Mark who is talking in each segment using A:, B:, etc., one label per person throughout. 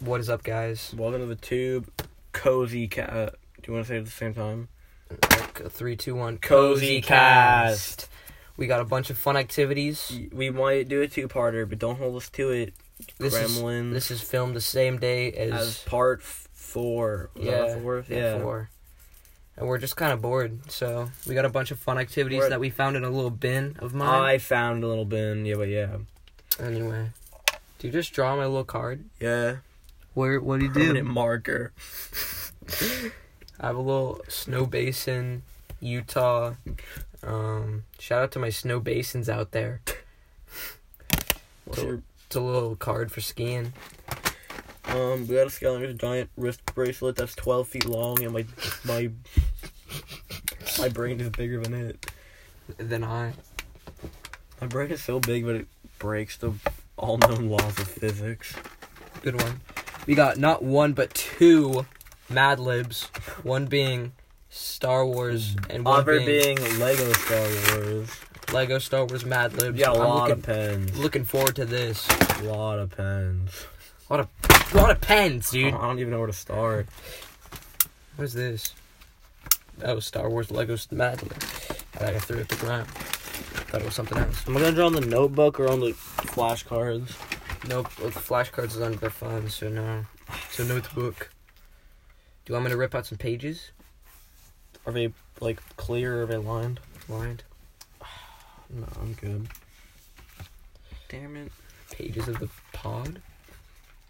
A: What is up, guys?
B: Welcome to the tube. Cozy cat. Uh, do you want to say it at the same time?
A: Like, Three, two, one.
B: Cozy Cast.
A: We got a bunch of fun activities.
B: We might do a two-parter, but don't hold us to it.
A: This is
B: Gremlins
A: this is filmed the same day as,
B: as part f- four. Was that
A: yeah,
B: four?
A: yeah,
B: yeah.
A: four. And we're just kind of bored, so we got a bunch of fun activities
B: We're-
A: that we found in a little bin of mine.
B: I found a little bin. Yeah, but yeah,
A: Anyway, do you just draw my little card?
B: yeah.
A: Where? What do you
B: Permanent marker.
A: I have a little snow basin, Utah. Um, shout out to my snow basins out there.
B: What's
A: Cool.
B: your-
A: It's a little card for skiing.
B: um, we got a skeleton. There's a giant wrist bracelet that's twelve feet long, and my my my brain is bigger than it.
A: Then I.
B: My brain is so big, but it breaks the all known laws of physics.
A: Good one. We got not one but two Mad Libs. One being Star Wars and one
B: Other
A: being,
B: being Lego Star Wars.
A: Lego Star Wars Mad Libs.
B: Yeah, a
A: I'm
B: lot
A: looking,
B: of pens.
A: looking forward to this.
B: A lot of pens.
A: A lot of pens,
B: I
A: dude.
B: don't- I don't even know where to start.
A: What is this? Oh, Star Wars Lego Mad Libs. I think I threw it at the ground. Thought it was something else.
B: Am I gonna draw on the notebook or on the flashcards?
A: Nope, well, the flashcards is under the phone, so no. So notebook. Do you want me to rip out some pages?
B: Are they like clear or are they lined?
A: Lined
B: No, I'm good. Damn it.
A: pages of the pod.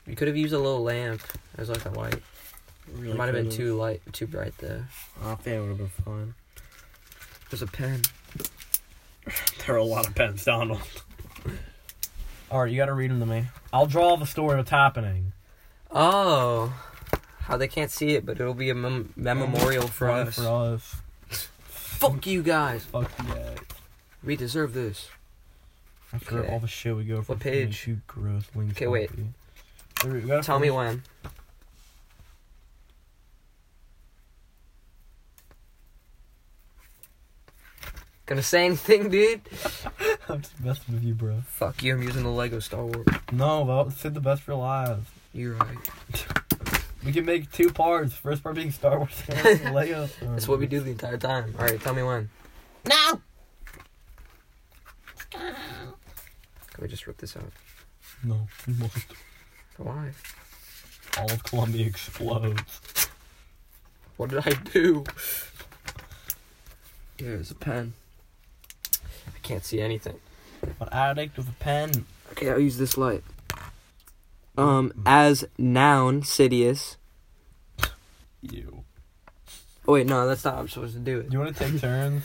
A: You could have used a little lamp. It was like a light.
B: Really
A: It might have been
B: couldn't.
A: too light, too bright there.
B: I think it would have been fine.
A: There's a pen.
B: There are a lot of pens, Donald. Alright, you gotta read them to me. I'll draw the story of what's happening.
A: Oh, how they can't see it, but it'll be a mem- memorial for
B: Fun
A: us.
B: For us.
A: Fuck you guys.
B: Fuck yeah.
A: We deserve this.
B: After
A: Okay.
B: all the shit we go for.
A: What page?
B: You gross wings.
A: Okay, wait.
B: puppy. There we- we gotta
A: Tell me
B: finish-
A: when. Gonna say anything, dude?
B: I'm just messing with you, bro.
A: Fuck you, I'm using the Lego Star Wars.
B: No, well, save the best for last.
A: You're right.
B: We can make two parts. First part being Star Wars, second part Lego. Star
A: That's what we
B: Wars.
A: do the entire time. Alright, tell me when. Now! Can we just rip this out?
B: No, we must.
A: Why?
B: All of Columbia explodes.
A: What did I do? Here's a pen. I can't see anything.
B: An addict with a pen.
A: Okay, I'll use this light. Um, as noun, Sidious.
B: You.
A: Oh, wait, no, that's not how I'm supposed to do it.
B: You want to take turns?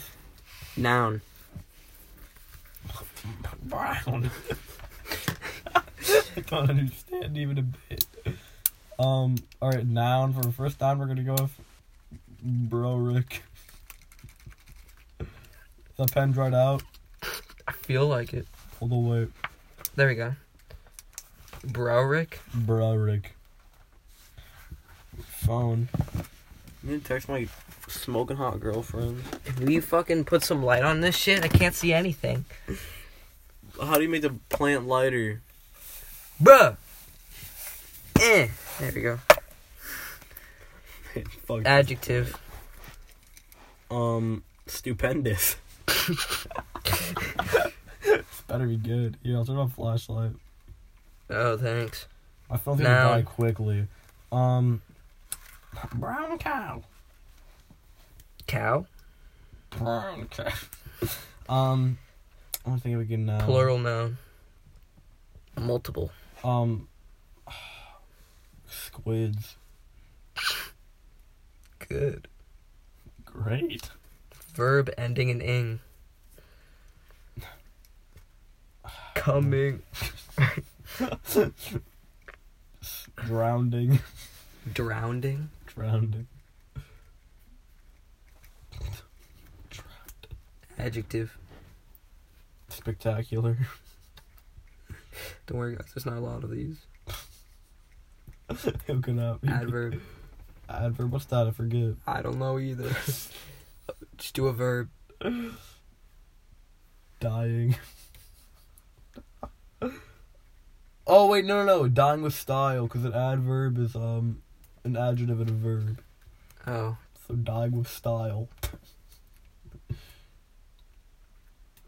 A: Noun.
B: Brown. I don't understand even a bit. Um. All right. Noun for the first time. We're gonna go with bro Rick. The pen dried out.
A: I feel like it.
B: Hold on, wait.
A: There we go. Browrick?
B: Bro Rick. Phone. You need to text my smoking hot girlfriend.
A: Will you fucking put some light on this shit? I can't see anything.
B: How do you make the plant lighter?
A: Bruh! Eh. There we go.
B: Fuck.
A: Adjective.
B: Um, stupendous. it's better be good. Yeah, I'll turn on flashlight.
A: Oh, thanks.
B: My phone's gonna
A: No.
B: die quickly. Um, brown cow.
A: Cow?
B: Brown cow. um, I don't think we can. Uh,
A: Plural noun. Multiple.
B: Um, squids.
A: Good.
B: Great.
A: Verb ending in ing. Coming.
B: Drowning.
A: Drowning.
B: Drowning.
A: Adjective.
B: Spectacular.
A: Don't worry, guys. There's not a lot of these.
B: Hooking up.
A: Adverb.
B: Adverb. What's that? I forget.
A: I don't know either. Just do a verb.
B: Dying.
A: Oh
C: wait, no, no, no. Dying with style, because an adverb is um an adjective and a verb.
A: Oh,
C: So dying with style.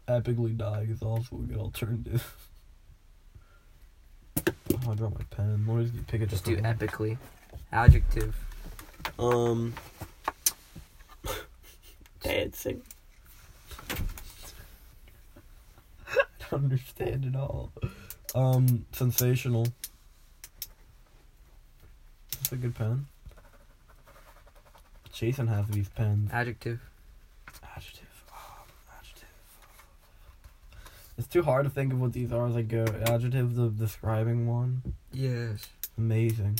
C: Epically dying is also a good alternative. Oh, I dropped my pen. Let me just pick it
A: just
C: just
A: do epically. Adjective.
C: Um. Dancing. I don't understand at all. Um, sensational. That's a good pen. Chasing half of these pens.
A: Adjective.
C: Adjective. Oh, adjective. It's too hard to think of what these are as I go. Adjective, the describing one.
A: Yes.
C: Amazing.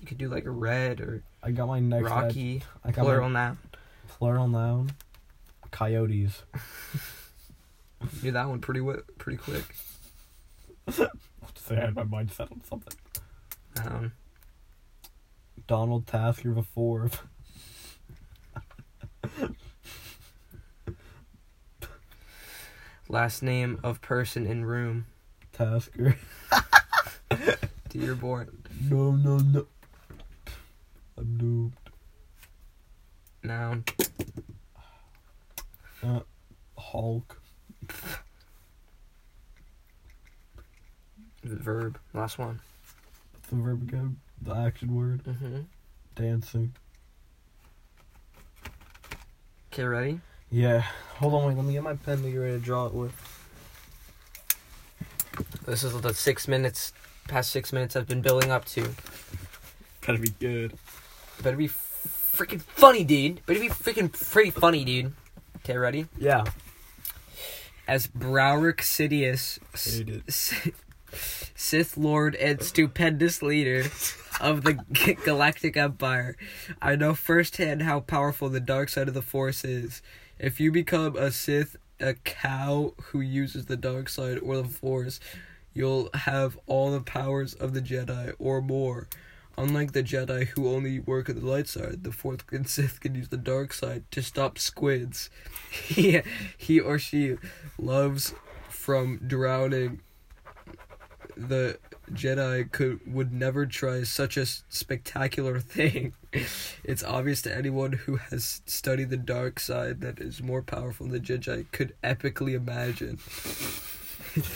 A: You could do like red or
C: I got my next. ad-
A: rocky.
C: I got my
A: Plural noun.
C: Plural noun. Coyotes.
A: Knew that one pretty wi- pretty quick.
C: Say I had my mind set on something.
A: Um,
C: Donald Tasker before.
A: last name of person in room.
C: Tasker.
A: Dearborn.
C: No, no, no. I'm doomed.
A: Noun.
C: Hulk.
A: Verb. Last one.
C: That's the verb again. The action word.
A: Mm-hmm.
C: Dancing.
A: Okay, ready?
C: Yeah. Hold on, wait. Let me get my pen that you're ready to draw it with.
A: This is the six minutes, past six minutes I've been building up to.
C: Gotta be good.
A: Better be freaking funny, dude. Better be freaking pretty funny, dude. Okay, ready?
C: Yeah.
A: As Browrick Sidious, s-
C: Hate it.
A: s- Sith Lord and stupendous leader of the G- Galactic Empire, I know firsthand how powerful the dark side of the Force is. If you become a Sith, a cow who uses the dark side or the Force, you'll have all the powers of the Jedi or more. Unlike the Jedi who only work at the light side, the fourth and Sith can use the dark side to stop squids. he, he or she loves from drowning. The Jedi could would never try such a s- spectacular thing. it's obvious to anyone who has studied the dark side that is more powerful than the Jedi could epically imagine.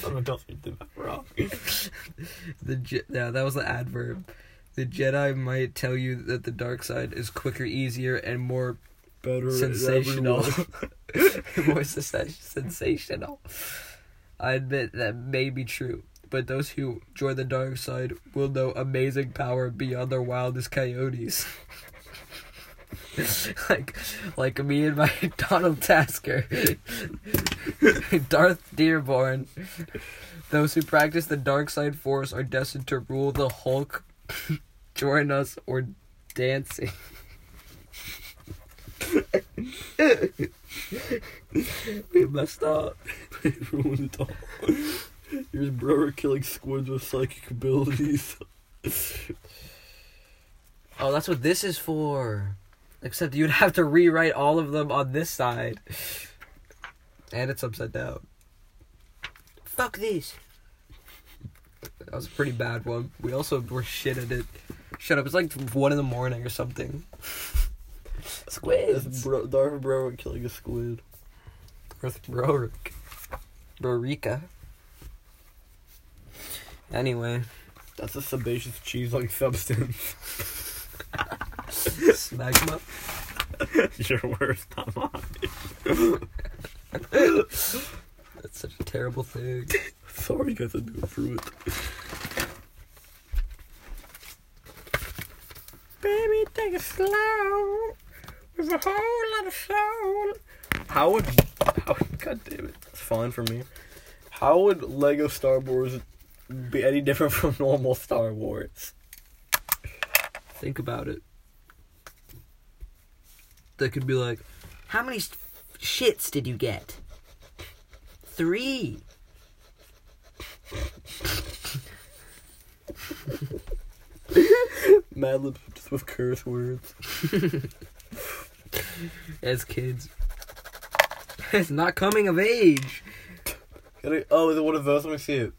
C: I don't know if you did that wrong.
A: The Je- yeah, that was the adverb. The Jedi might tell you that the dark side is quicker, easier, and more
C: Better
A: sensational. more sens- sensational. I admit that may be true, but those who join the dark side will know amazing power beyond their wildest coyotes. like, like me and my Donald Tasker, Darth Dearborn. Those who practice the dark side force are destined to rule the Hulk. join us or dancing.
C: We messed up. it ruined it all. Here's Brewer killing squids with psychic abilities.
A: Oh, that's what this is for. Except you'd have to rewrite all of them on this side. And it's upside down. Fuck these. That was a pretty bad one. We also were shit at it. Shut up, it's like 1 in the morning or something.
C: That's
A: Squids.
C: bro- Darth Brewer killing a squid.
A: Earth Broric. Brorica. Anyway,
C: That's a sebaceous cheese like substance.
A: smegma.
C: Your worst, not mine.
A: That's such a terrible thing.
C: Sorry, guys, I didn't go through it. Baby, take it slow. With a whole lot of soul. How would. How, God damn it. It's fine for me. How would Lego Star Wars be any different from normal Star Wars?
A: Think about it. They could be like, how many s- shits did you get? Three.
C: Mad Libs just with curse words.
A: As kids. it's not coming of age.
C: Gotta- Oh, is it one of those? Let me see it.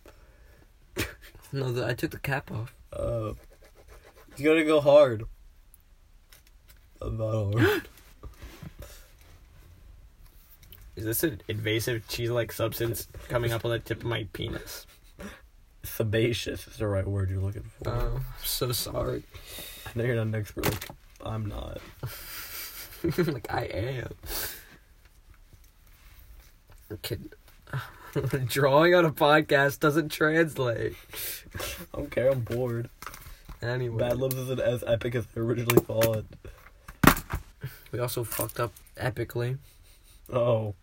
D: No, the, I took the cap off.
C: Uh, you gotta go hard. I'm not hard.
A: Is this an invasive cheese like substance coming up on the tip of my penis?
C: Sebaceous is the right word you're looking for.
A: Oh, I'm so sorry.
C: I know you're not an expert. Like, I'm not.
A: like I am. Kid. Drawing on a podcast doesn't translate.
C: I don't care. I'm bored.
A: Anyway,
C: Bad Libs isn't as epic as I originally thought.
A: we also fucked up epically.
C: Oh.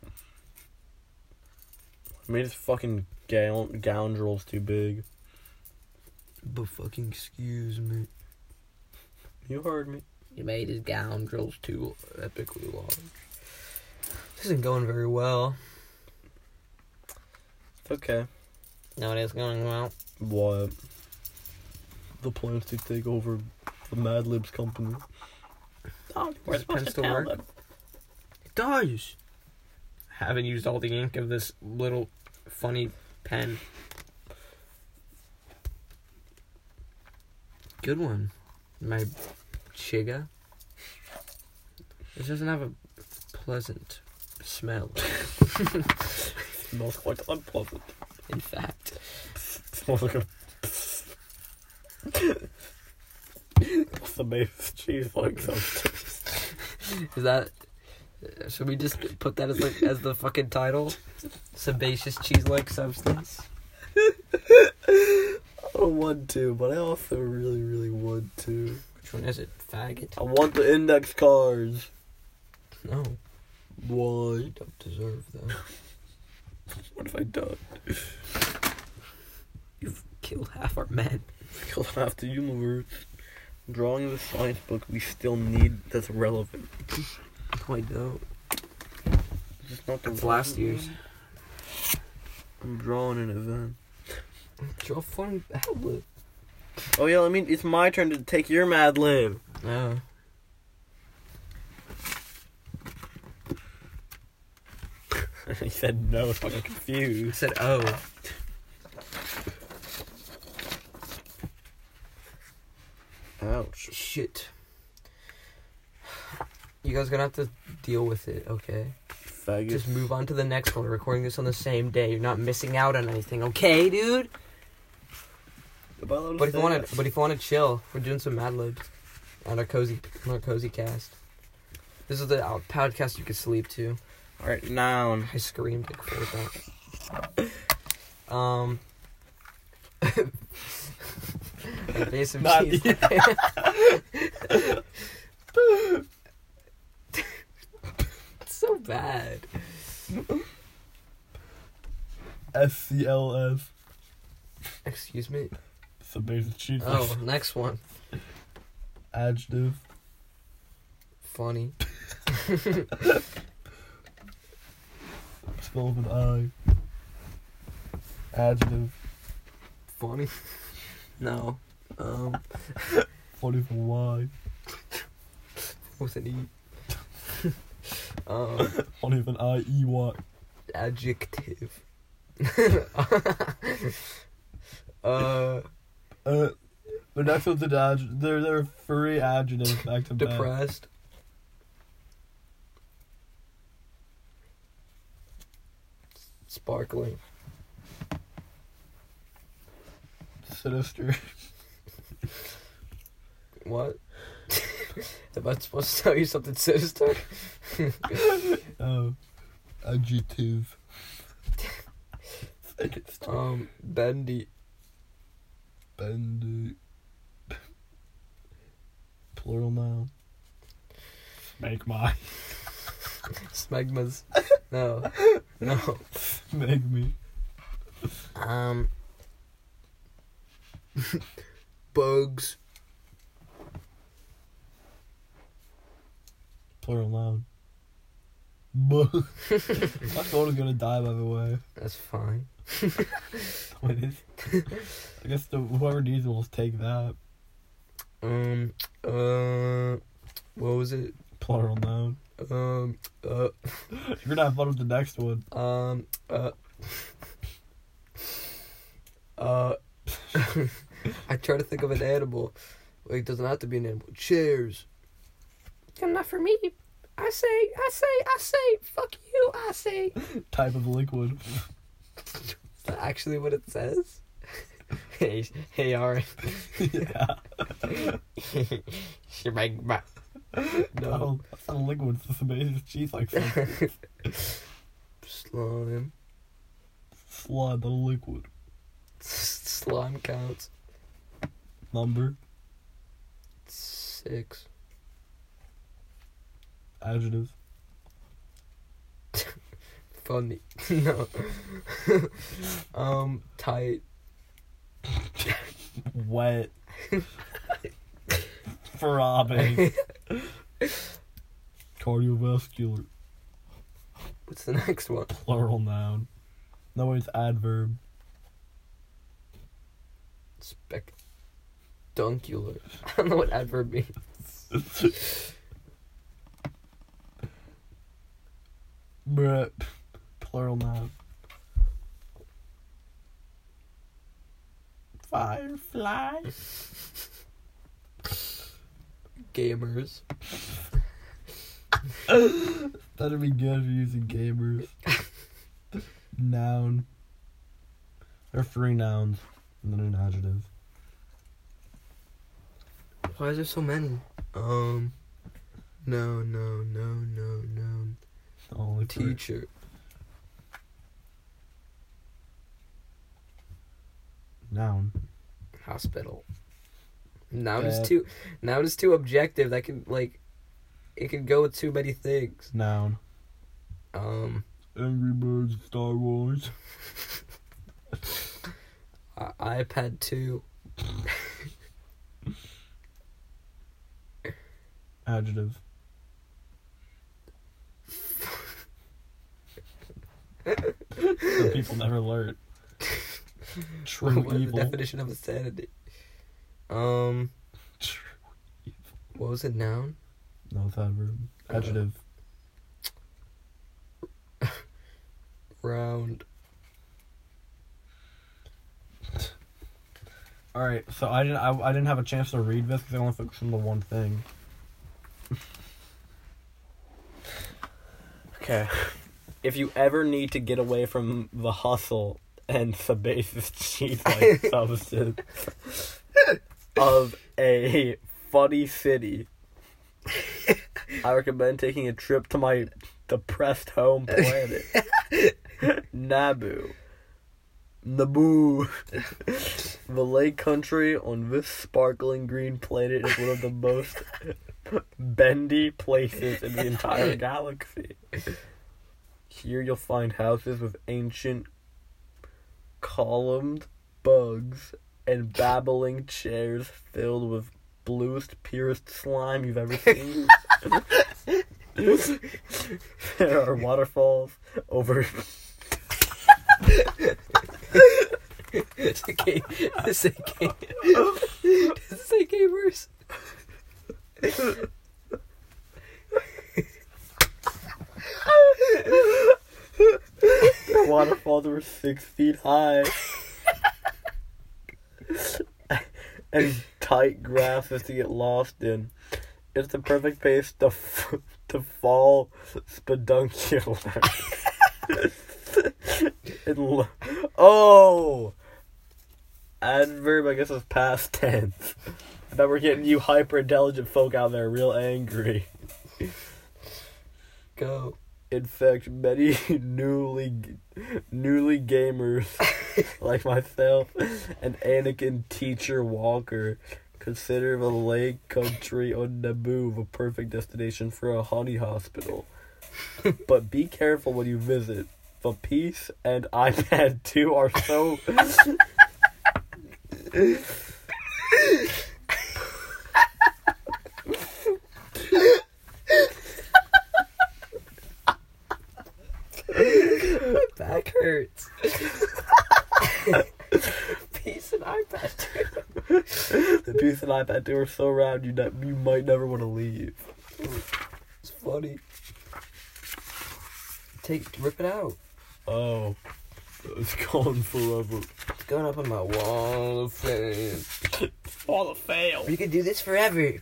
C: I made his fucking gown goundrel's too big.
A: But fucking excuse me.
C: You heard me.
A: You made his gown drills too epically large. This isn't going very well.
C: It's okay.
A: No, it is going well.
C: What? The plans to take over the Mad Libs company. Oh,
A: Does pen still work? It does. I haven't used all the ink of this little funny pen. Good one. My Chiga. This doesn't have a pleasant smell,
C: Smells quite unpleasant.
A: in fact.
C: Smells like a. What's the base cheese like something?
A: Is that? uh, Should we just put that as like as the fucking title? Sebaceous cheese-like substance.
C: I don't want to, but I also really, really want to.
A: Which one is it? Faggot.
C: I want the index cards.
A: No,
C: Why?
A: you don't deserve them.
C: What have I done?
A: Kill half our men.
C: Kill half the universe. Drawing the science book we still need that's relevant.
A: No, I don't.
C: It's not the
A: That's last year's.
C: I'm drawing an event.
A: Draw fun outlet.
C: Oh yeah, I mean it's my turn to take your Mad Lib.
A: No.
C: he said no, fucking
A: I
C: confused.
A: said oh.
C: Ouch.
A: Shit. You guys gonna have to deal with it, okay?
C: Faggot.
A: Just move on to the next one. We're recording this on the same day. You're not missing out on anything, okay, dude? But if you want to, but if you want to chill, we're doing some Mad Libs on our cozy, on our cozy cast. This is the out- podcast you could sleep to.
C: Alright, noun.
A: I screamed it before that. Um. invasive
C: Not
A: cheese. It's so bad.
C: S C L S.
A: Excuse me.
C: It's a basic cheese.
A: Oh, next one.
C: Adjective.
A: Funny.
C: Spell of an I. Adjective.
A: Funny. No. Um.
C: Funny for Y.
A: With an E. um.
C: Funny for an I E Y.
A: adjective. uh,
C: Uh, the next one's an adjective. They're, they're three adjectives back to back.
A: depressed. Sparkling.
C: Sinister.
A: What? Am I supposed to tell you something sinister?
C: Oh. Adjective. Like it's
A: Um, bendy.
C: Bendy. Plural noun. Make my.
A: Smegmas. No. No.
C: Make me.
A: Um. bugs.
C: Plural noun. Bu- My phone is gonna die by the way.
A: That's fine.
C: What is? I guess the, whoever needs it will take that.
A: Um, uh, what was it?
C: Plural noun.
A: Um, uh,
C: You're gonna have fun with the next one.
A: um, uh, uh, I try to think of an animal. Like, it doesn't have to be an animal. Chairs. Enough for me. I say, I say, I say, fuck you, I say. Is
C: Type of liquid.
A: that actually what it says? hey, hey, Ari.
C: yeah.
A: she make my. No.
C: No. That's not a liquid. It's just a base of cheese like some
A: Slime.
C: slide the liquid.
A: Slime counts.
C: Number.
A: Six.
C: Adjective.
A: Funny. no. um, tight.
C: Wet. Throbbing. Cardiovascular.
A: What's the next one?
C: Plural noun. No, it's adverb.
A: Spectuncular. I don't know what adverb means.
C: Bruh. Plural noun. Firefly.
A: Gamers.
C: That'd be good if you're using gamers. Noun. There are three nouns and then an adjective.
A: Why is there so many? Um. No, no, no, no, no.
C: Only for-
A: Teacher.
C: Noun.
A: Hospital. Noun is
C: Bad.
A: too. Noun is too objective. That can like. It can go with too many things.
C: Noun.
A: Um.
C: Angry Birds, Star Wars.
A: I- iPad 2.
C: Adjective. so people never learn. True
A: What was the
C: evil.
A: definition of insanity? Um.
C: True.
A: What was it? Noun.
C: No, it's adverb. Adjective.
A: Round.
C: All right, so I didn't. I, I didn't have a chance to read this because I only focused on the one thing. okay, if you ever need to get away from the hustle and sebaceous cheese-like substance of a funny city, I recommend taking a trip to my depressed home planet, Naboo. Naboo. The lake country on this sparkling green planet is one of the most bendy places in the entire galaxy. Here you'll find houses with ancient columned bugs and babbling chairs filled with bluest, purest slime you've ever seen. there are waterfalls over
A: Does it gay- does it gay- does it say gamers?
C: waterfalls were six feet high. and tight grasses to get lost in. It's the perfect place to, f- to fall speduncular. and lo- oh! Adverb, I guess, is past tense. I bet we're getting you hyper intelligent folk out there real angry
A: Go.
C: in fact many newly newly gamers like myself and Anakin teacher Walker consider the lake country on Naboo the perfect destination for a honey hospital. but be careful when you visit. The peace and iPad 2 are so
A: Back hurts. Peace and iPad.
C: the peace and iPad 2 are so round you that you might never want to leave.
A: It's funny. Take rip it out.
C: Oh. It's gone forever.
B: It's going up on my wall of fame.
C: All the fail.
B: We could do this forever.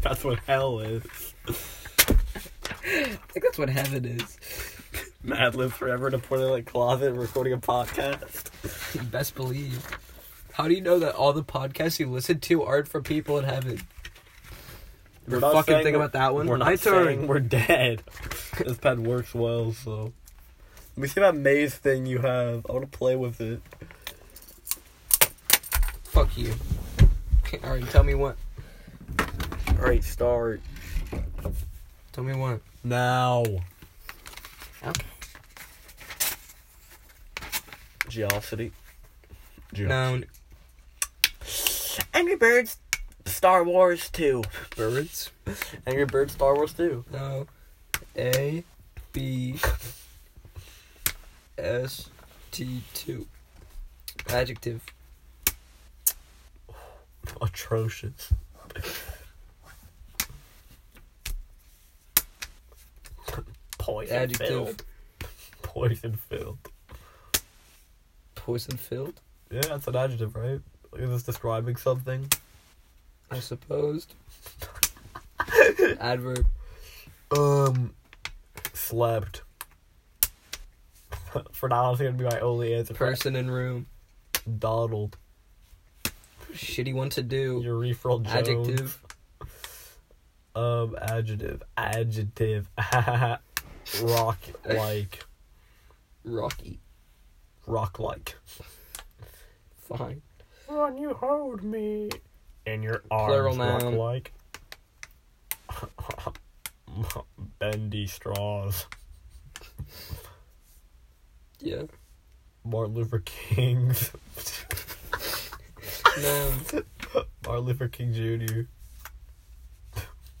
C: That's what hell is.
A: I think that's what heaven is.
C: Mad live forever in a toilet closet recording a podcast.
A: You best believe. How do you know that all the podcasts you listen to aren't for people in heaven?
C: We're
A: We're
C: not
A: fucking
C: saying
A: thinking
C: we're-
A: about that one.
C: We're not
A: My
C: saying
A: turn.
C: we're dead. this pad works well, so. Let me see that maze thing you have. I want to play with it.
A: Fuck you. All right, tell me what.
C: Alright, start.
A: Tell me what.
C: Now.
B: Okay.
C: Geosity.
A: Noun.
C: Angry Birds Star Wars 2.
A: Birds.
C: Angry Birds Star Wars 2.
A: No. A. B. S. T. Two. Adjective.
C: Atrocious. Poison
A: Adjective.
C: filled. Poison filled.
A: Poison filled.
C: Yeah, that's an adjective, right? Is this describing something?
A: I supposed. Adverb.
C: Um, slept. For now, it's gonna be my only answer.
A: Person in room.
C: Donald.
A: Shitty one to do.
C: Urethral Jones.
A: Adjective.
C: Um, adjective. Adjective. rock like.
A: Rocky.
C: Rock like.
A: Fine.
C: When you hold me in your arms,
A: Plural noun.
C: rock like. Bendy straws.
A: Yeah.
C: Martin Luther King's.
A: Noun.
C: Martin Luther King Jr.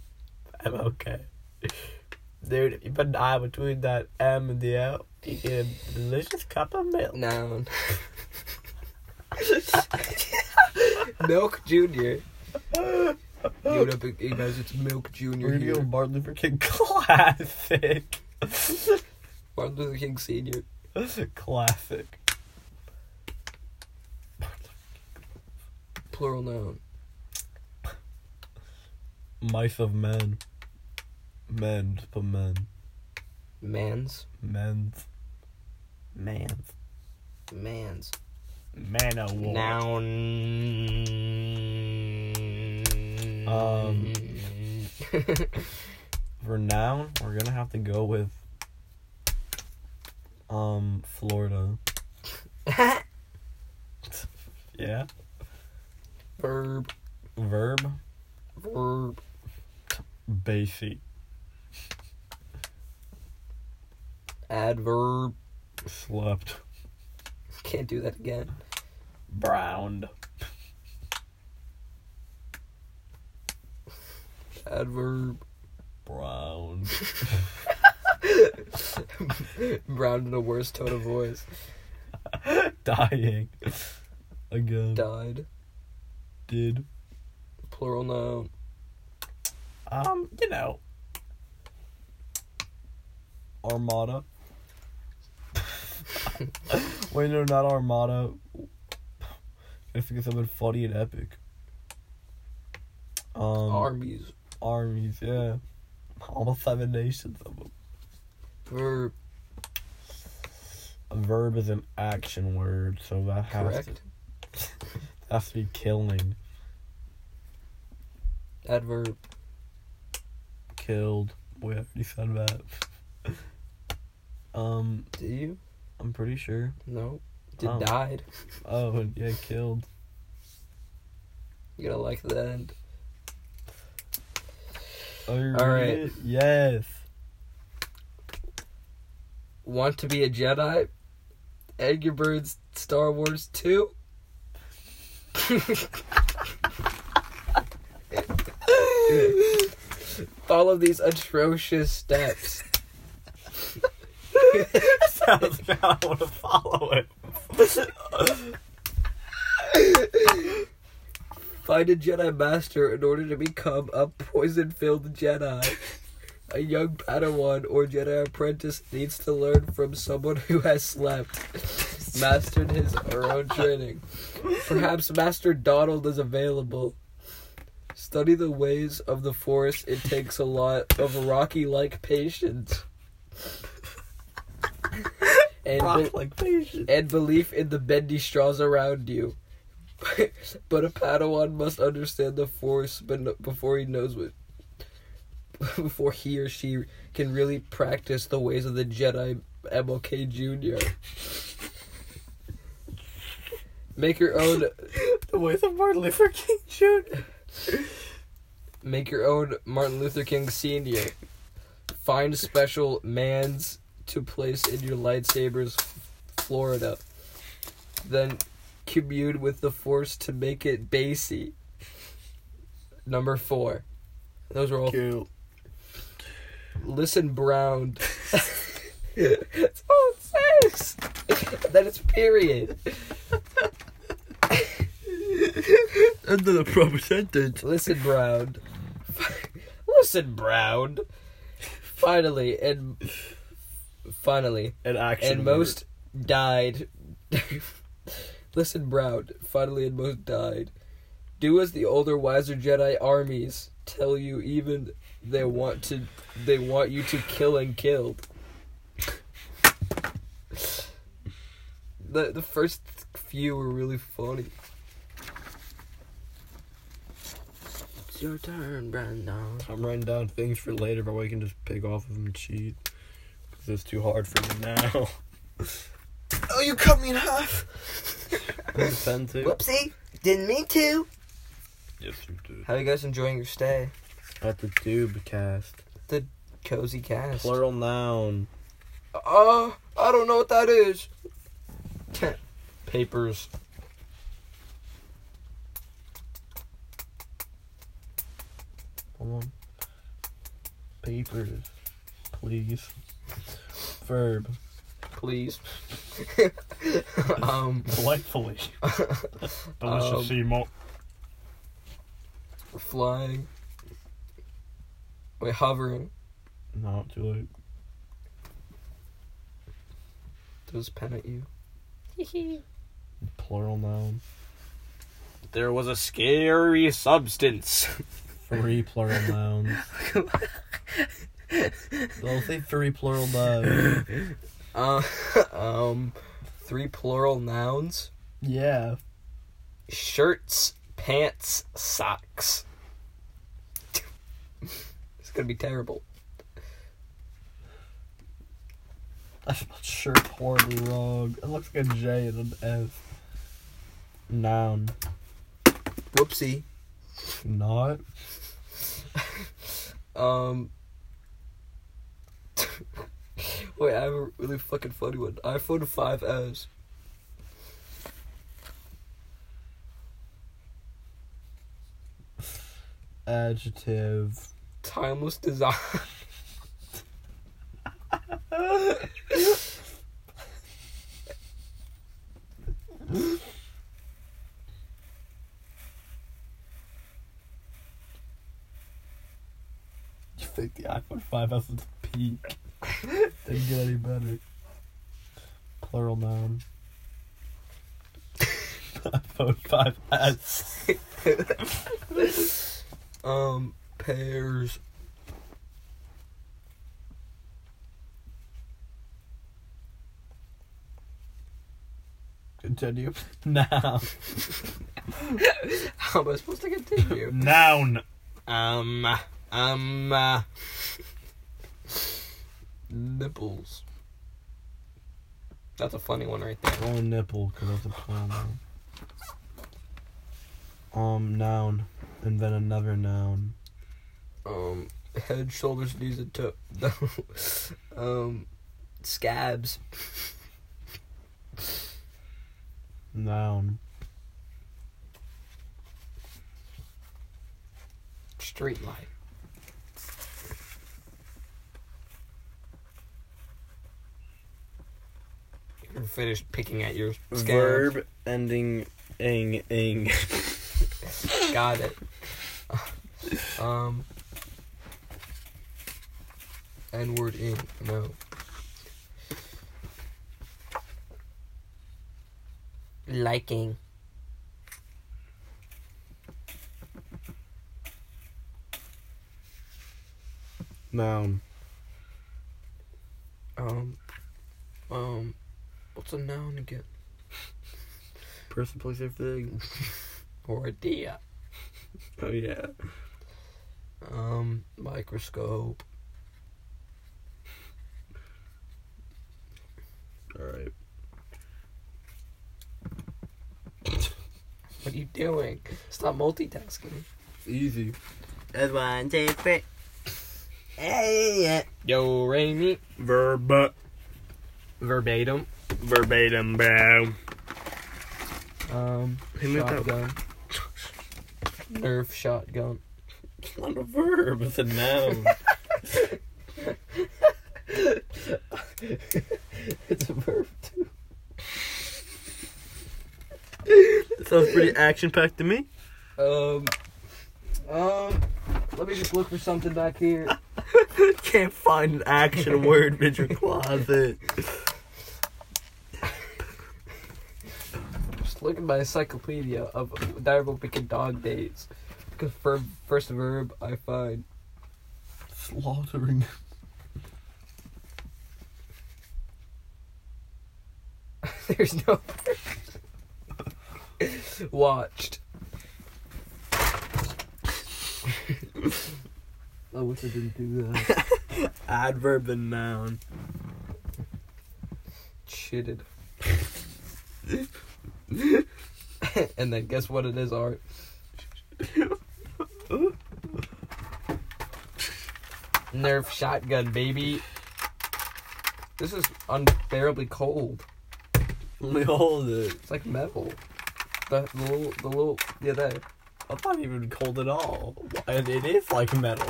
C: I'm okay. Dude, if you put an I between that M and the L, you get a delicious cup of milk.
A: Noun. Milk Junior. You know, big he knows it's Milk Junior
C: We're gonna go
A: here.
C: Martin Luther King classic.
A: Martin Luther King Senior.
C: classic.
A: Plural noun.
C: Mice of men. Men, just put men.
A: Mans.
C: Men's. Man's.
A: Mans.
C: Man of war.
A: Noun.
C: Um, for noun, we're gonna have to go with um Florida. yeah.
A: verb.
C: Verb
A: Verb.
C: basic
A: Adverb.
C: slept
A: Can't do that again.
C: browned
A: Adverb.
C: brown
A: Brown in a worse tone of voice.
C: dying again
A: Died.
C: did
A: Plural noun.
C: um you know armada wait no not armada I think it's something funny and epic um
A: Armies.
C: armies yeah almost seven nations of them
A: Verb.
C: A verb is an action word, so that has to,
A: Correct.
C: has to be killing.
A: Adverb.
C: Killed. We already said that. Um,
A: Do you?
C: I'm pretty sure.
A: No. Did
C: Oh.
A: died.
C: Oh, and yeah, killed.
A: You gotta like the end.
C: Alright. Yes.
A: Want to be a Jedi? Edgar Bird's Star Wars 2? Follow these atrocious steps.
C: Sounds good. I want to follow it.
A: Find a Jedi Master in order to become a poison filled Jedi. A young Padawan or Jedi apprentice needs to learn from someone who has slept, mastered his or own training. Perhaps Master Donald is available. Study the ways of the Force. It takes a lot of Rocky-like patience. And be-
C: Rock like patient.
A: and belief in the bendy straws around you. but a Padawan must understand the Force but no- before he knows what. Before he or she can really practice the ways of the Jedi MLK Jr. Make your own
C: The way the Martin Luther King Jr.
A: make your own Martin Luther King Sr. Find special mans to place in your lightsabers, Florida. Then commune with the force to make it bassy. Number four. Those are all.
C: Cute.
A: Listen, Brown. That's all it says. That is period.
C: Under the proper sentence.
A: Listen, Brown. Listen, Brown. Finally, and finally,
C: An action.
A: and most died. Listen, Brown. Finally, and most died. Do as the older, wiser Jedi armies tell you. Even they want to, they want you to kill and killed. the The first few were really funny.
B: It's your turn, Brandon.
C: I'm writing down things for later, but I can just pick off of them and cheat. Because it's too hard for me now.
B: Oh, you cut me in half.
C: Pen too?
B: Whoopsie. Didn't mean to.
C: Yes, you do.
B: How are you guys enjoying your stay?
C: At the tube cast.
B: Cozy cast.
C: Plural noun.
B: Uh, I don't know what that is.
A: Papers.
C: Hold on. Papers. Please. Verb.
A: please. um,
C: Delightfully.
A: Delicious Um,
C: Seymour.
A: flying. Wait, hovering.
C: No, too late.
A: Throws a pen at you.
C: Plural noun.
A: There was a scary substance.
C: Three plural nouns. Don't say three plural nouns.
A: Uh, um, three plural nouns:
C: Yeah.
A: shirts, pants, socks. it's gonna be terrible.
C: I spelled shirt horribly wrong. It looks like a J and an F. Noun.
A: Whoopsie.
C: Not.
A: Um. Wait, I have a really fucking funny one. iPhone 5S.
C: Adjective.
A: Timeless design.
C: You think the iPhone 5S is the peak? Didn't get any better. Plural noun. iPhone 5S.
A: Um, pears.
C: Continue. Noun.
A: How am I supposed to continue?
C: Noun.
A: um, um, uh, nipples. That's a funny one right there.
C: Oh, nipple, because that's a plural noun. Um, noun. And then another noun.
A: Um, head, shoulders, knees, and toe. um, scabs.
C: Noun.
A: Street light. You can finish picking at your scabs.
C: ending ing ing.
A: Got it. Um, N word in. No.
B: Liking.
C: Noun.
A: Um. Um. What's a noun again?
C: Person, place, everything.
A: Or a dia.
C: Oh yeah.
A: Um. Microscope.
C: All right.
A: What are you doing? Stop multitasking.
C: Easy.
B: That's one, two, three. Hey,
A: Yo, Raimi.
C: Verba.
A: Verbatim.
C: Verbatim, bro.
A: Um.
C: Who moved that-
A: shotgun. Nerf shotgun.
C: It's not a verb. It's a noun.
A: It's a verb too.
C: Sounds pretty action packed to me.
A: Um. Um. Let me just look for something back here.
C: Can't find an action word in your closet.
A: Just look at my encyclopedia of diary picking dog days. Because for first verb I find
C: Slaughtering.
A: there's no watched. I wish I didn't do that.
C: Adverb and noun.
A: Chitted. and then guess what it is, Art? Nerf shotgun, baby. This is unbearably cold.
C: Let me hold it.
A: It's like metal. The, the little, the little, yeah, that.
C: That's not even cold at all. And it is like metal.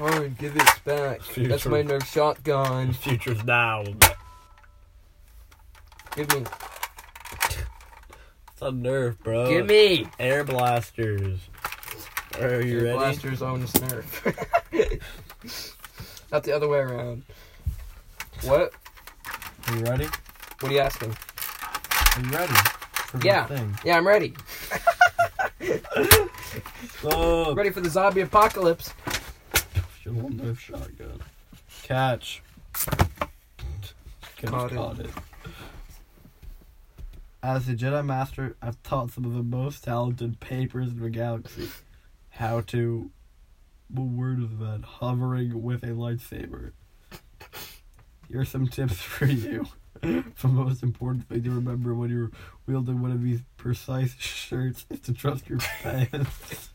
A: Alright, give it back. That's
C: Future.
A: my nerf shotgun.
C: Future's now.
A: Give me,
C: It's a nerf, bro.
B: Give me.
C: air blasters. Are you
A: your
C: ready?
A: blaster's own nerf. Not the other way around. What?
C: You ready?
A: What are you asking?
C: Are you ready? For
A: Yeah.
C: The thing?
A: Yeah, I'm ready.
C: Oh,
A: Ready for the zombie apocalypse.
C: your little nerf shotgun. Catch. Could
A: Caught
C: have
A: it.
C: caught it. As a Jedi Master, I've taught some of the most talented papers in the galaxy how to. What word is that? Hovering with a lightsaber. Here are some tips for you. the most important thing to remember when you're wielding one of these precise shirts is to trust your pants.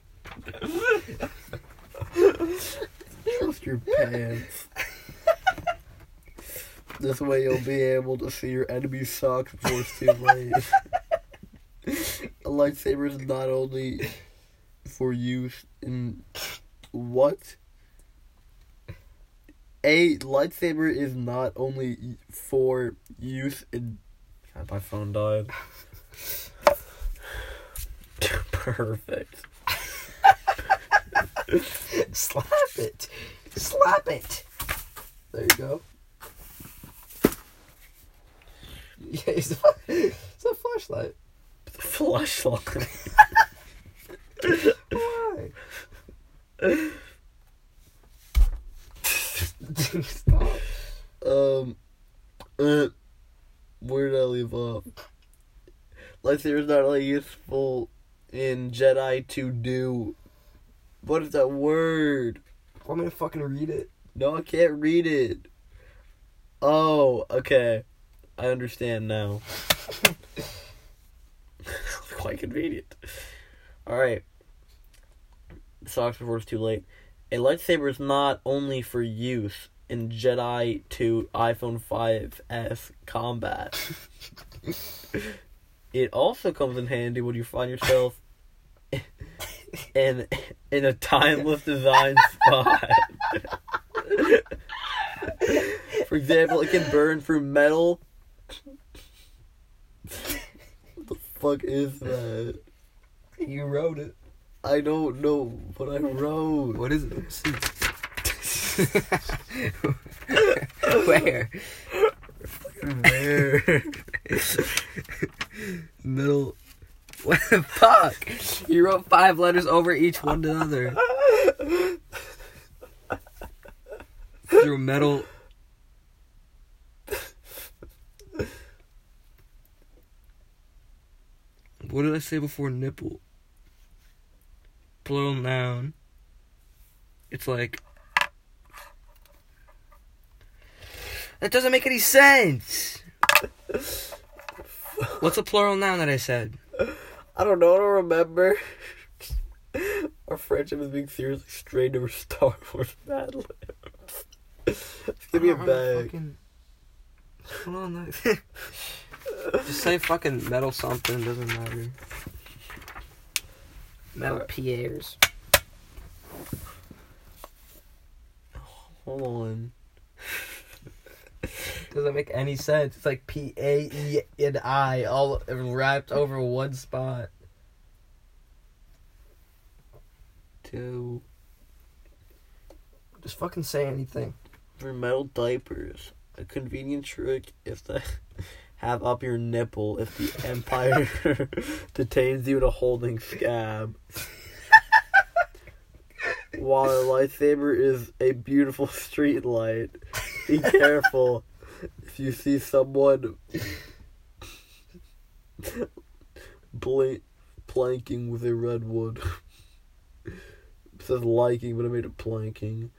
C: trust your pants. this way you'll be able to see your enemy's socks before it's too late. A lightsaber is not only for use in what? A lightsaber is not only for use in. God, my phone died. Perfect.
A: Slap it. Slap it. There you go. Yeah, it's a, it's a flashlight.
C: Flashlight.
A: Why? Stop.
C: Um, uh, where did I leave off? Lightsaber's not really useful in Jedi to do. What is that word?
A: Want me to fucking read it?
C: No, I can't read it. Oh, okay. I understand now. Quite convenient. Alright. Socks before it's too late. A lightsaber is not only for use in Jedi to iPhone 5S combat. it also comes in handy when you find yourself in in a timeless design spot. For example, it can burn through metal. What the fuck is that?
A: You wrote it.
C: I don't know what I wrote.
A: What is it? Where? Where? Middle. What the fuck? You wrote five letters over each one to the other. Through metal. What did I say before nipple? Plural noun. It's like. That doesn't make any sense! What's a plural noun that I said?
C: I don't know. I don't remember. Our friendship is being seriously strained over Star Wars Battle. Give me a bag.
A: Fucking- Plural noun. Just say fucking metal something, doesn't matter. Metal
C: Alright.
A: Pierres.
C: Hold on.
A: Doesn't make any sense. It's like P A E and I all wrapped over one spot. Two. Just fucking say anything.
C: For metal diapers, a convenient trick if the have up your nipple if the Empire detains you in a holding scab. While a lightsaber is a beautiful street light, be careful if you see someone blank planking with a red one. It says liking, but I made it planking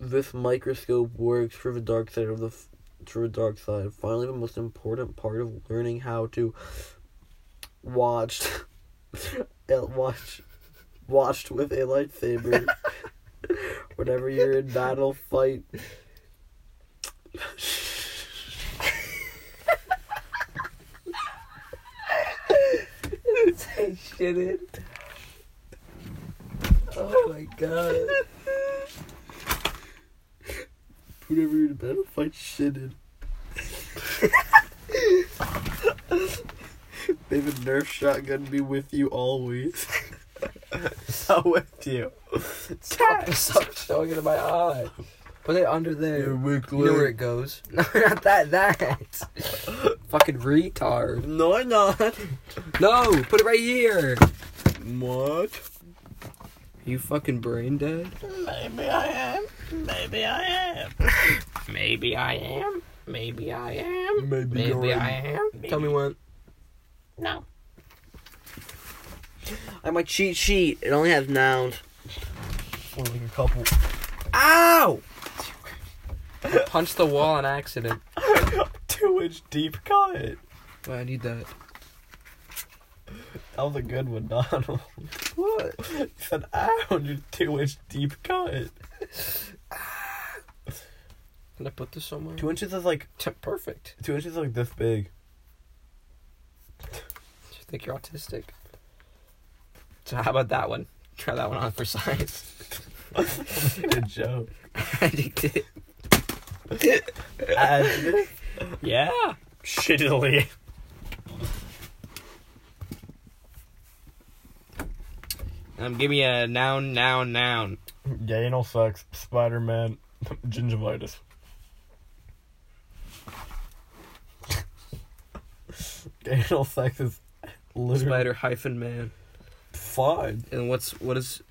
C: this microscope works for the dark side of the f- for the dark side. Finally, the most important part of learning how to watch el- watch watched with a lightsaber. Whenever you're in battle, fight.
A: Say shit in. Oh my god.
C: Whenever you're in battle, fight shitted. May the Nerf shotgun be with you always. Not with you.
A: Stop, stop showing it in my eye. Put it under there. You know where it goes. No, not that. That. Fucking retard.
C: No, I'm not.
A: No, put it right here.
C: What?
A: You fucking brain dead.
C: Maybe I am. Maybe I am.
A: Maybe I am. Maybe I am.
C: Maybe, you're right.
A: am. Tell me when.
C: No. On my cheat sheet, it only has nouns. Or like a couple.
A: Ow! I punched the wall on accident.
C: Two inch deep cut.
A: Wait, I need that.
C: That was a good one, Donald.
A: What?
C: you said, ow, you two inch deep cut.
A: Can I put this somewhere?
C: Two inches is like,
A: T- perfect.
C: two inches is like this big.
A: Do you think you're autistic? So how about that one? Try that one on for size.
C: Good joke.
A: I did it.
C: And
A: Yeah.
C: shittily.
A: Um, give me a noun, noun, noun.
C: Yeah, anal sucks. Spider Man. Gingivitis. anal sex is literally
A: Spider hyphen man.
C: fine.
A: And what's what is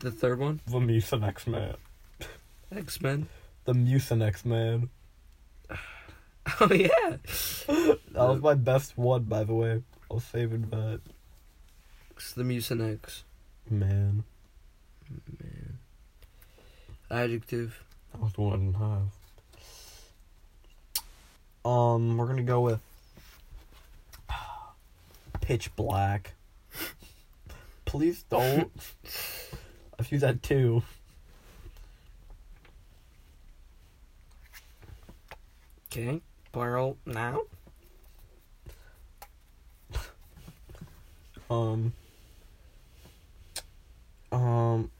A: the third one?
C: The Mucinex Man.
A: X Men.
C: The Mucinex Man.
A: Oh yeah.
C: That was my best one, by the way. I was saving that.
A: It's the Mucinex.
C: Man.
A: Man. Adjective.
C: That was the one I didn't have. Um, we're gonna go with pitch black. Please don't. I've used that too.
A: Okay. Plural noun.
C: Um. Um.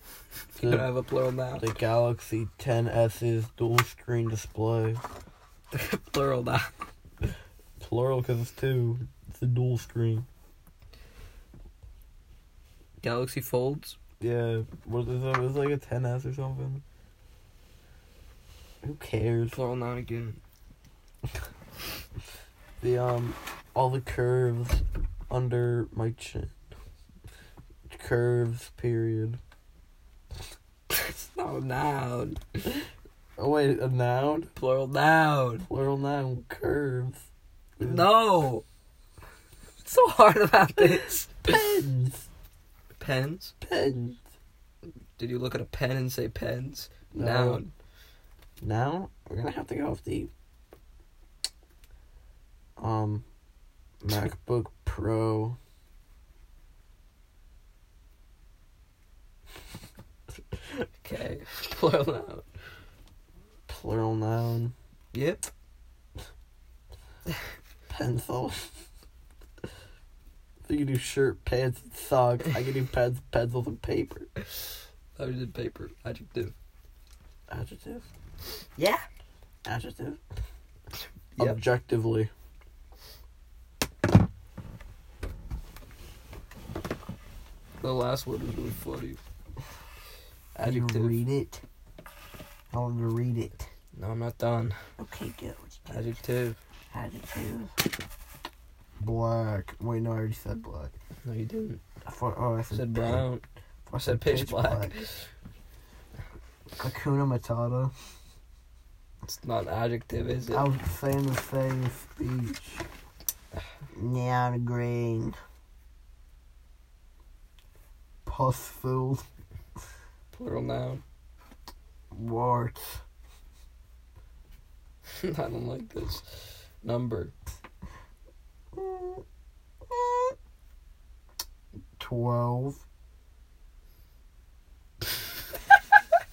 A: You don't
C: The,
A: have a plural noun.
C: the Galaxy 10s's dual screen display.
A: plural noun.
C: Plural because it's two. It's a dual screen.
A: Galaxy folds.
C: Yeah. What is it? It's like a 10s or something.
A: Who cares?
C: Plural noun again. the um, all the curves under my chin. Curves. Period.
A: It's not a noun.
C: Oh wait, a noun.
A: Plural noun.
C: Plural noun. Curves.
A: No. What's so hard about this?
C: Pens.
A: Pens?
C: Pens.
A: Did you look at a pen and say pens?
C: No.
A: Noun.
C: Now we're gonna have to go with the um MacBook Pro.
A: Okay. Plural noun.
C: Plural noun.
A: Yep.
C: Pencil. you can do shirt, pants, and socks. I can do pens, pencils, and paper.
A: I did paper. Adjective.
C: Adjective.
A: Yeah.
C: Adjective.
A: Yep.
C: Objectively.
A: The last one was really funny.
C: You
A: Adjective.
C: read it. I want to read it.
A: No, I'm not done.
C: Okay, good.
A: Adjective.
C: Adjective. Black. Wait, no, I already said black.
A: No, you didn't.
C: I thought, oh, I
A: I
C: said,
A: said
C: pink.
A: brown.
C: I
A: said pitch black.
C: Hakuna Matata.
A: It's not an adjective, is it?
C: I was saying the same speech. Neon green. Pus filled
A: Plural noun.
C: warts.
A: I don't like this. Number.
C: Twelve.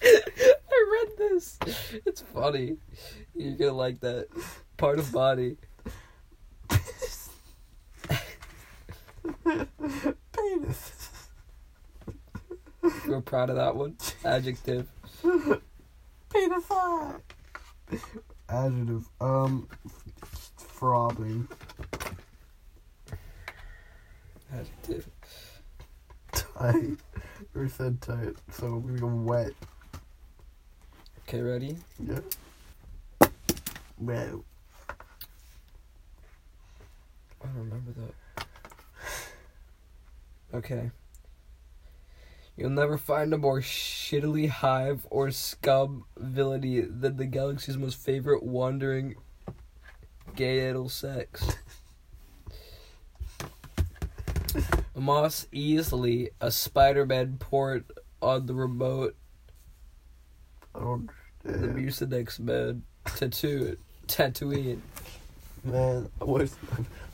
A: I read this. It's funny. You're gonna like that. Part of body.
C: Penis.
A: We're proud of that one. Adjective.
C: Penis eye. Adjective. Um. Throbbing.
A: Adjective.
C: Tight. Or said tight. So we go wet.
A: Okay, ready?
C: Yeah. Well,
A: I don't remember that. Okay. You'll never find a more shittily hive or scum villainy than the galaxy's most favorite wandering gay idle sex. Moss easily a Spider Man port on the remote,
C: I don't
A: the
C: understand.
A: Mucinex man, tattooed, tattooing.
C: Man, I wasted,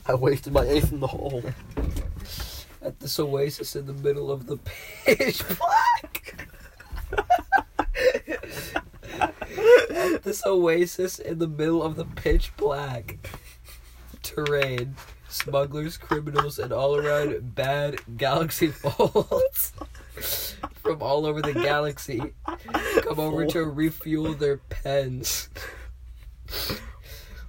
C: I wasted my ace in the hole.
A: at this oasis in the middle of the pitch black. at this oasis in the middle of the pitch black terrain, smugglers, criminals, and all around bad galaxy folds from all over the galaxy come over to refuel their pens.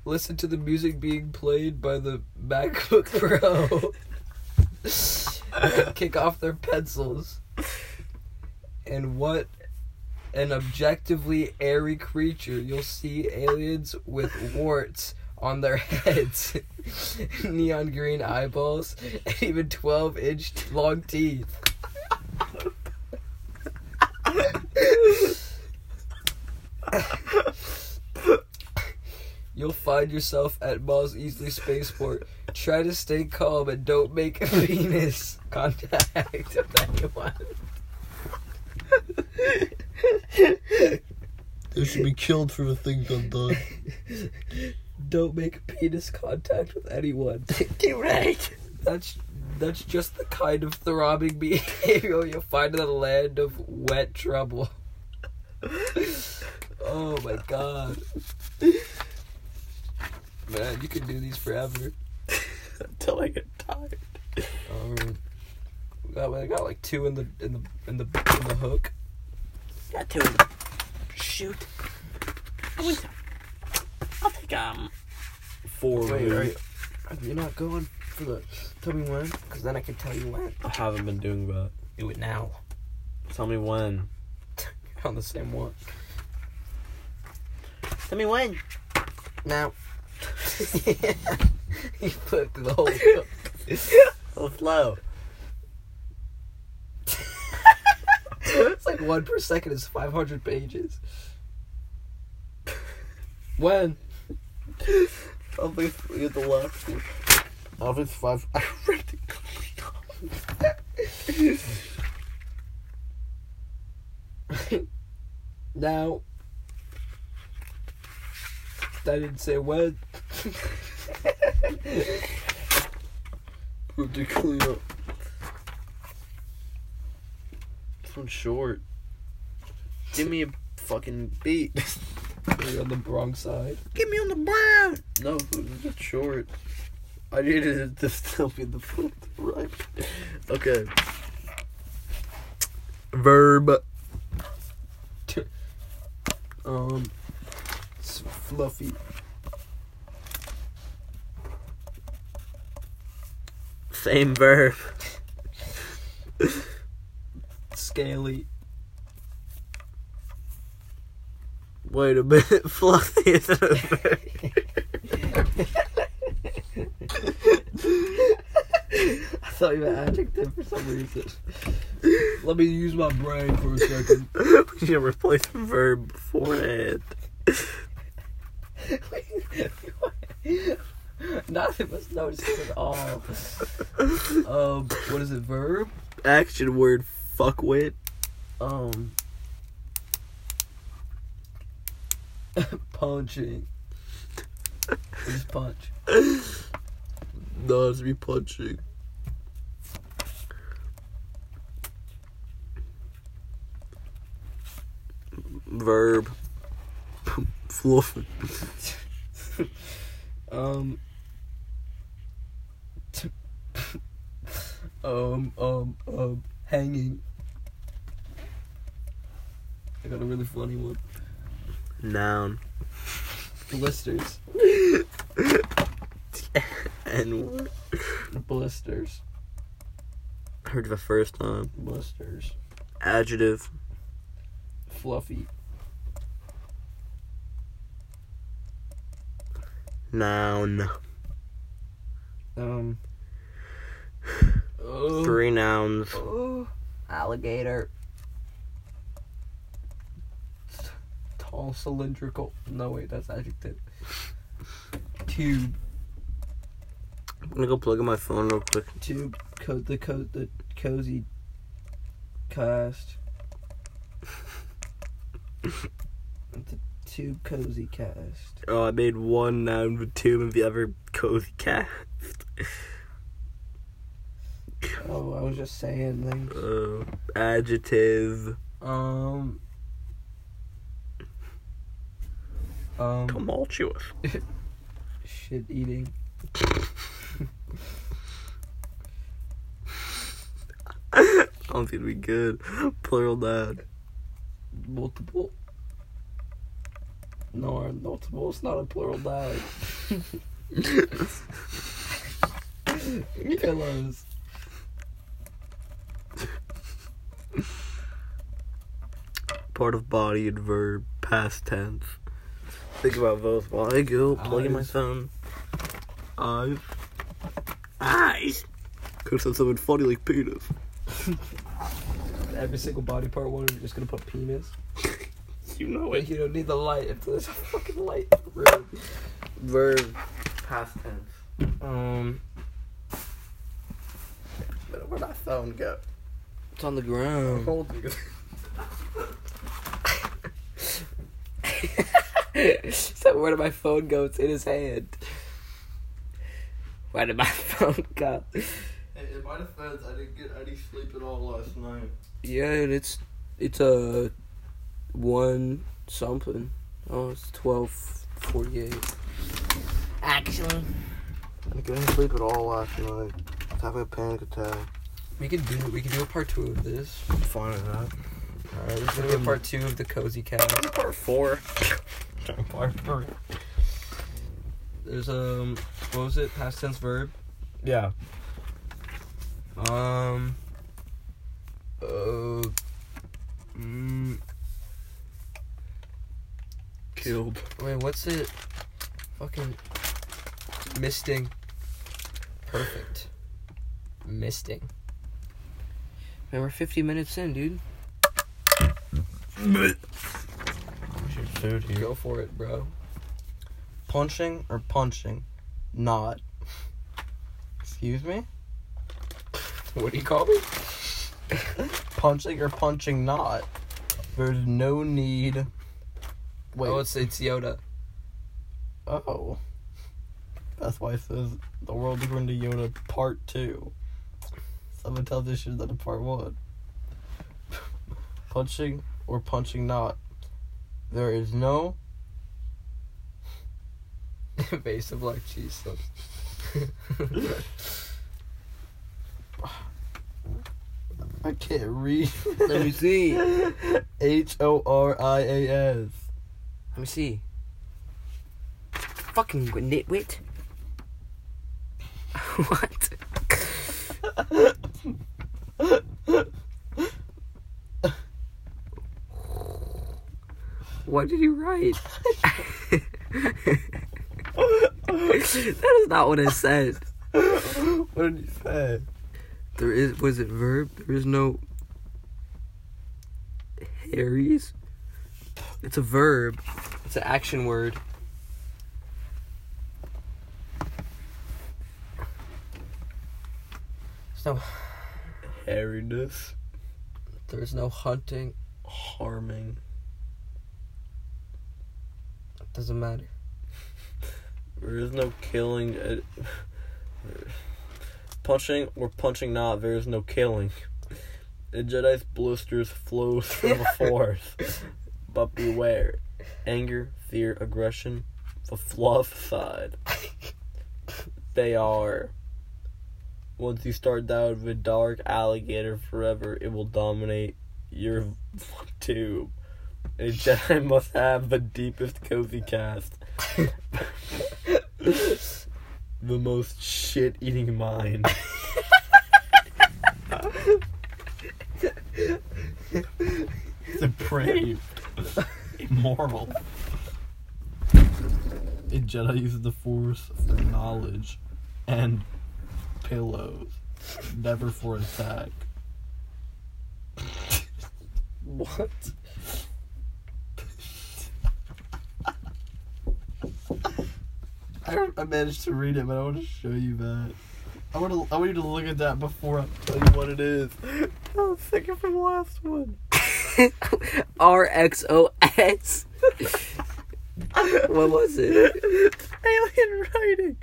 A: Listen to the music being played by the MacBook Pro kick off their pencils. And what an objectively airy creature. You'll see aliens with warts on their heads, neon green eyeballs, and even 12 inch long teeth. You'll find yourself at Mos Eisley Spaceport. Try to stay calm and don't make a penis contact with anyone.
C: They should be killed for the things I've done.
A: Don't make penis contact with anyone.
C: You're right.
A: That's that's just the kind of throbbing behavior you'll find in the land of wet trouble. oh my god. Man, you could do these forever.
C: Until I get tired.
A: Um, got- I got like two in the in the in the in the hook.
C: Got to shoot. I'll take um.
B: Four.
C: Wait,
B: maybe.
C: are you, are you not going for the? Tell me when, cause then I can tell you when.
B: I haven't been doing that.
A: Do it now.
B: Tell me when.
A: On the same one.
B: Let me win.
A: Now. he put it through the whole.
B: Slow Oh, flow.
A: it's like one per second is 500 pages. When?
B: I'll be three at the left. I'll be five. I read it.
A: now. I didn't say when.
B: What to clean up? This one's short. Give me a fucking beat.
A: You're on the wrong side.
E: Get me on the brown.
B: no, it's short. I needed it to still be the foot right. Okay. Verb.
A: Um. It's fluffy.
B: Same verb.
A: Scaly.
B: Wait a minute. Fluffy is a verb.
A: I thought you meant adjective for some reason. Let me use my brain for a second.
B: we should replace verb for it.
A: Neither of us noticed it at all. Um, what is it? Verb?
B: Action word fuckwit.
A: Um, punching. We Just punch.
B: No, it's me punching. Verb. Fluff.
A: Um. t- um. Um. Um. Hanging. I got a really funny one.
B: Noun.
A: Blisters.
B: And word.
A: Blisters.
B: Heard the first time.
A: Blisters.
B: Adjective.
A: Fluffy.
B: Noun.
A: Um. Oh.
B: Three nouns.
A: Oh. Alligator. Tall cylindrical. No, wait, that's adjective. Tube.
B: I'm gonna go plug in my phone real quick.
A: Tube. Co- the, co- the cozy cast. the tube cozy cast.
B: Oh, I made one noun with two of the other cozy cat.
A: Oh, I was just saying things.
B: Uh, adjective.
A: Um. Um.
B: Tumultuous.
A: Shit eating.
B: I don't think we good. Plural noun.
A: multiple. No, are multiple. It's not a plural noun. Pillows.
B: Part of body and verb. Past tense. Think about those while I go plug in my
A: Eyes.
B: phone. Eyes. Eyes. Could have said something funny like penis.
A: Every single body part one. We're just gonna put penis.
B: You know
A: Wait, you don't need the light. If there's a fucking light in the room.
B: Verb. Past tense.
A: Um.
B: But where'd my phone go?
A: It's on the ground.
B: Hold you.
A: so where did my phone go? It's in his hand. Where did my phone go?
B: Hey, in my defense, I didn't get any sleep at all last night.
A: Yeah, and it's it's a one something. Oh, it's twelve forty eight. Actually,
B: I didn't get any sleep at all last night. I was having a panic attack.
A: we could do we could do a part two of this.
B: I'm fine with that.
A: All right, we could do a part two of the cozy cat.
B: Part four.
A: There's um, what was it? Past tense verb.
B: Yeah.
A: Um. Uh. Mm,
C: killed.
B: Wait, what's it? Fucking misting. Perfect. Misting.
A: Man, we're 50 minutes in, dude.
C: Dude,
B: Go for it, bro.
A: Punching or punching? Not. Excuse me?
B: What do you call me?
A: Punching or punching not? There's no need.
B: Wait. Oh, it's it's Yoda.
C: Oh. That's why it says The World According to Yoda Part 2. Someone tells this shit that in Part 1. punching or punching not. There is no.
B: Invasive black cheese. So.
C: I can't read.
A: Let me see. Let
C: H O R I A S.
A: me see. Fucking nitwit. what? What did you write? that is not what it says.
C: What did you say?
A: There is was it verb? There is no Harry's. It's a verb. It's an action word.
B: There's no,
C: Hairiness.
B: there's no hunting.
C: Harming.
B: Doesn't matter.
C: There is no killing. uh, punching or punching not, there is no killing. The Jedi's blisters flows from the force. but beware. Anger, fear, aggression, the fluff side. They are. Once you start down the dark alligator forever, it will dominate your tube. A Jedi must have the deepest cozy cast. the most shit eating mind. Depraved. Immoral. A Jedi uses the Force for knowledge and pillows, never for attack.
B: What?
C: I, I managed to read it, but I want to show you that. I want to. I want you to look at that before I tell you what it is. I was thinking from the last one.
A: R X O S. What was it?
C: Alien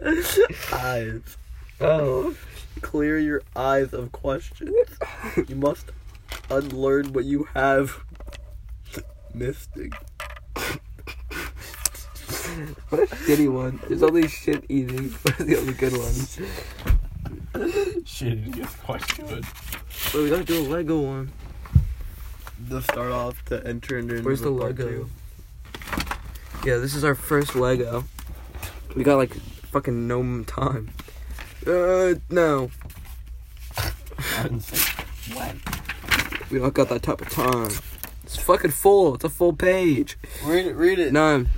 C: writing. eyes.
B: Oh.
C: Clear your eyes of questions. You must unlearn what you have. Mystic.
A: What a shitty one. There's only shit eating. What are the only good ones?
C: Shit, it's quite good.
A: Wait, we gotta do a Lego one.
C: The start off to enter into.
A: Where's the logo? Yeah, this is our first Lego. We got like fucking no m- time. Uh, no, we don't got that type of time. It's fucking full. It's a full page.
C: Read it. Read it.
A: None.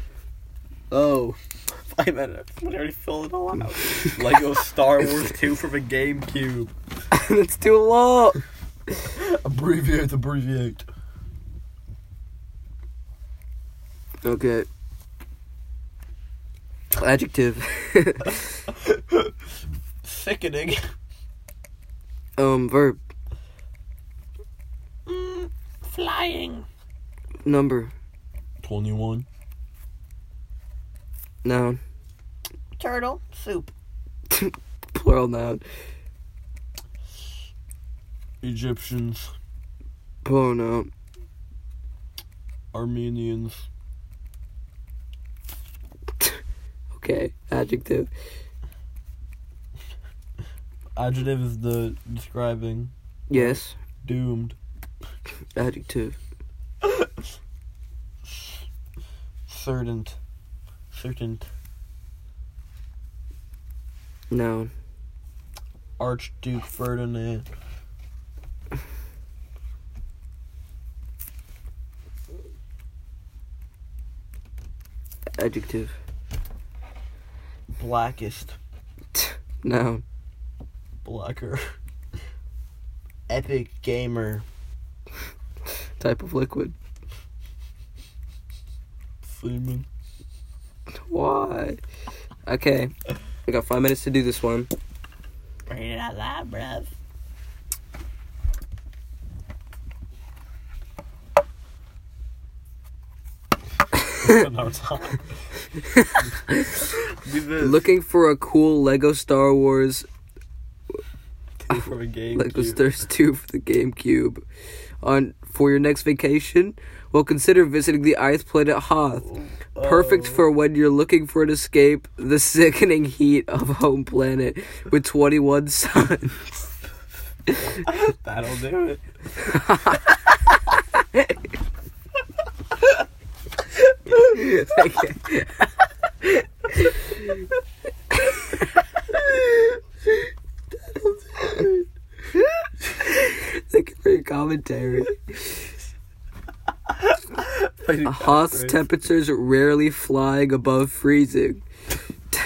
C: Oh. I meant it. I already filled it all out. Lego Star Wars 2 from a GameCube.
A: it's too long.
C: Abbreviate, abbreviate.
A: Okay. Adjective.
C: Sickening.
A: um, verb.
C: Mm, Flying.
A: Number.
C: 21.
A: Noun.
C: Turtle soup.
A: Plural noun.
C: Egyptians.
A: Plural noun.
C: Armenians.
A: Okay. Adjective.
C: Adjective is the describing.
A: Yes.
C: Doomed.
A: Adjective.
C: Certain. Certain.
A: Noun.
C: Archduke Ferdinand.
A: Adjective.
C: Blackest.
A: Noun.
C: Blacker. Epic gamer.
A: Type of liquid.
C: Seaman.
A: Why? Okay. We got five minutes to do this one.
C: Read it out loud, bruv. Do this.
A: Looking for a cool Lego Star Wars
C: Two for a game.
A: Lego
C: cube.
A: Star Wars 2 for the GameCube. On for your next vacation, well consider visiting the ice planet Hoth. Perfect
C: Oh.
A: for when you're looking for an escape, the sickening heat of home planet with 21 suns.
C: That'll do it.
A: Okay. Thank you for your commentary. Hoth's temperatures rarely flying above freezing.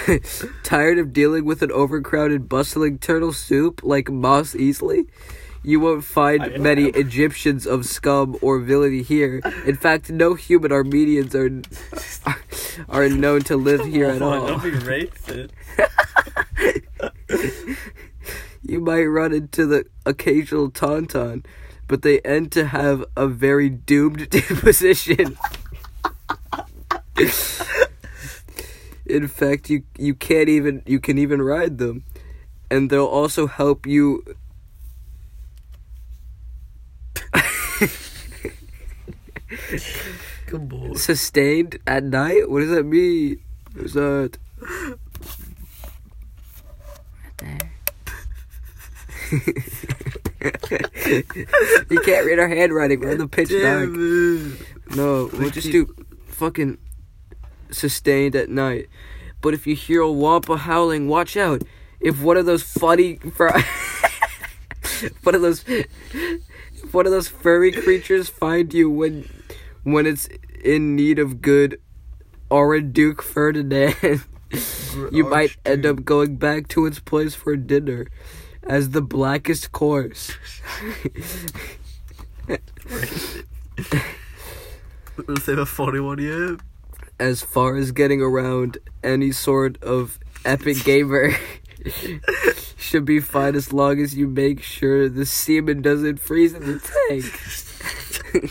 A: Tired of dealing with an overcrowded, bustling turtle soup like Moss Easley? You won't
C: I
A: find
C: don't
A: many
C: have-
A: Egyptians of scum or villainy here. In fact, no human Armenians are are, are known to live here at
C: Oh,
A: all.
C: Don't be racist.
A: You might run into the occasional tauntaun, but they end to have a very doomed disposition. In fact, you you can't even you can even ride them, and they'll also help you.
C: Good boy.
A: Sustained at night. What does that mean? What is that? you can't read our handwriting. We're in the pitch dark. No, we'll just do fucking sustained at night. But if you hear a wampa howling, watch out. If one of those funny fr- one of those if one of those furry creatures find you when when it's in need of good Duke Ferdinand, you might end up going back to its place for dinner as the blackest course.
C: Let's have a funny one yeah.
A: as far as getting around any sort of epic gamer should be fine as long as you make sure the semen doesn't freeze in the tank.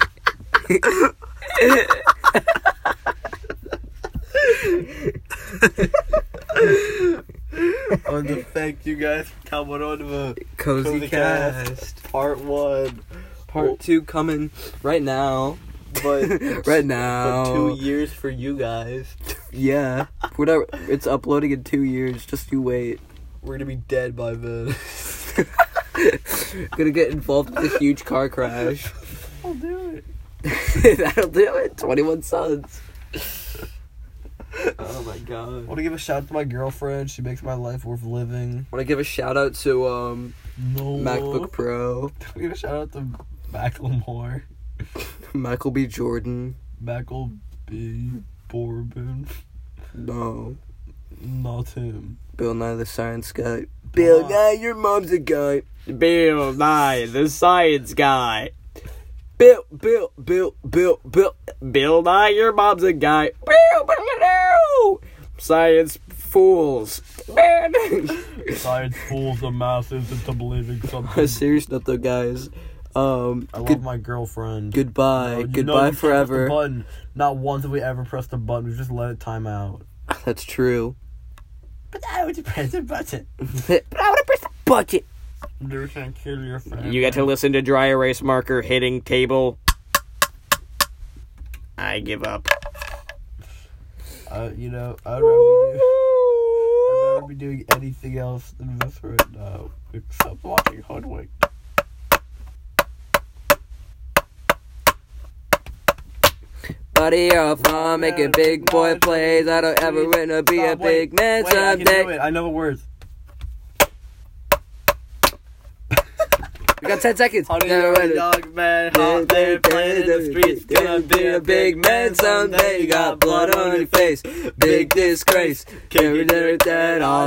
C: I want to thank you guys for coming on to the
A: Cozy,
C: Cozy
A: cast.
C: cast. part one.
A: Part two coming right now.
C: But
A: Right
C: But
A: now.
C: two years for you guys.
A: Yeah. We're not, it's uploading in two years. Just you wait.
C: We're gonna be dead by then.
A: Gonna get involved with a huge car crash.
C: I'll do it.
A: That'll do it. 21 Sons.
C: Oh my god. I wanna give a shout out to my girlfriend. She makes my life worth living.
A: Want to give a shout out to um,
C: No.
A: MacBook Pro,
C: Give a shout out to Macklemore.
A: Michael B. Jordan.
C: Mackle B. Bourbon.
A: No.
C: Not him.
A: Bill Nye the Science Guy. Bill
C: Wow.
A: Nye, your mom's a guy. Bill Nye the Science Guy. Bill, Bill, Bill, Bill, Bill, Bill Nye, your mom's a guy. Bill, Bill, Bill, science fools. Man.
C: Science fools the masses into believing something.
A: On a serious note, though, guys. Um,
C: I love
A: good,
C: my girlfriend.
A: goodbye,
C: No, you know you
A: goodbye
C: can't press the
A: forever.
C: button. Not once have we ever pressed the button. We just let it time out.
A: That's true.
C: But I would press the button.
A: but I want to press the button.
C: You can kill your friend.
F: You get to listen to dry erase marker hitting table. I give up.
C: Uh, you know, I'd rather, be do, I'd rather be doing anything else than this right now, except watching Hoodwink.
A: Buddy, you're a farm, making big boy plays. I don't ever want to be a
C: Stop, wait.
A: big man
C: Wait, I can do
A: someday.
C: it. I know the words.
A: We got 10 seconds.
C: Honey,
A: Yeah,
C: you're
A: right.
C: a dog man, hot there playing in the streets. Gonna be a big man someday. You got blood on your face.
A: Big disgrace. Carry that all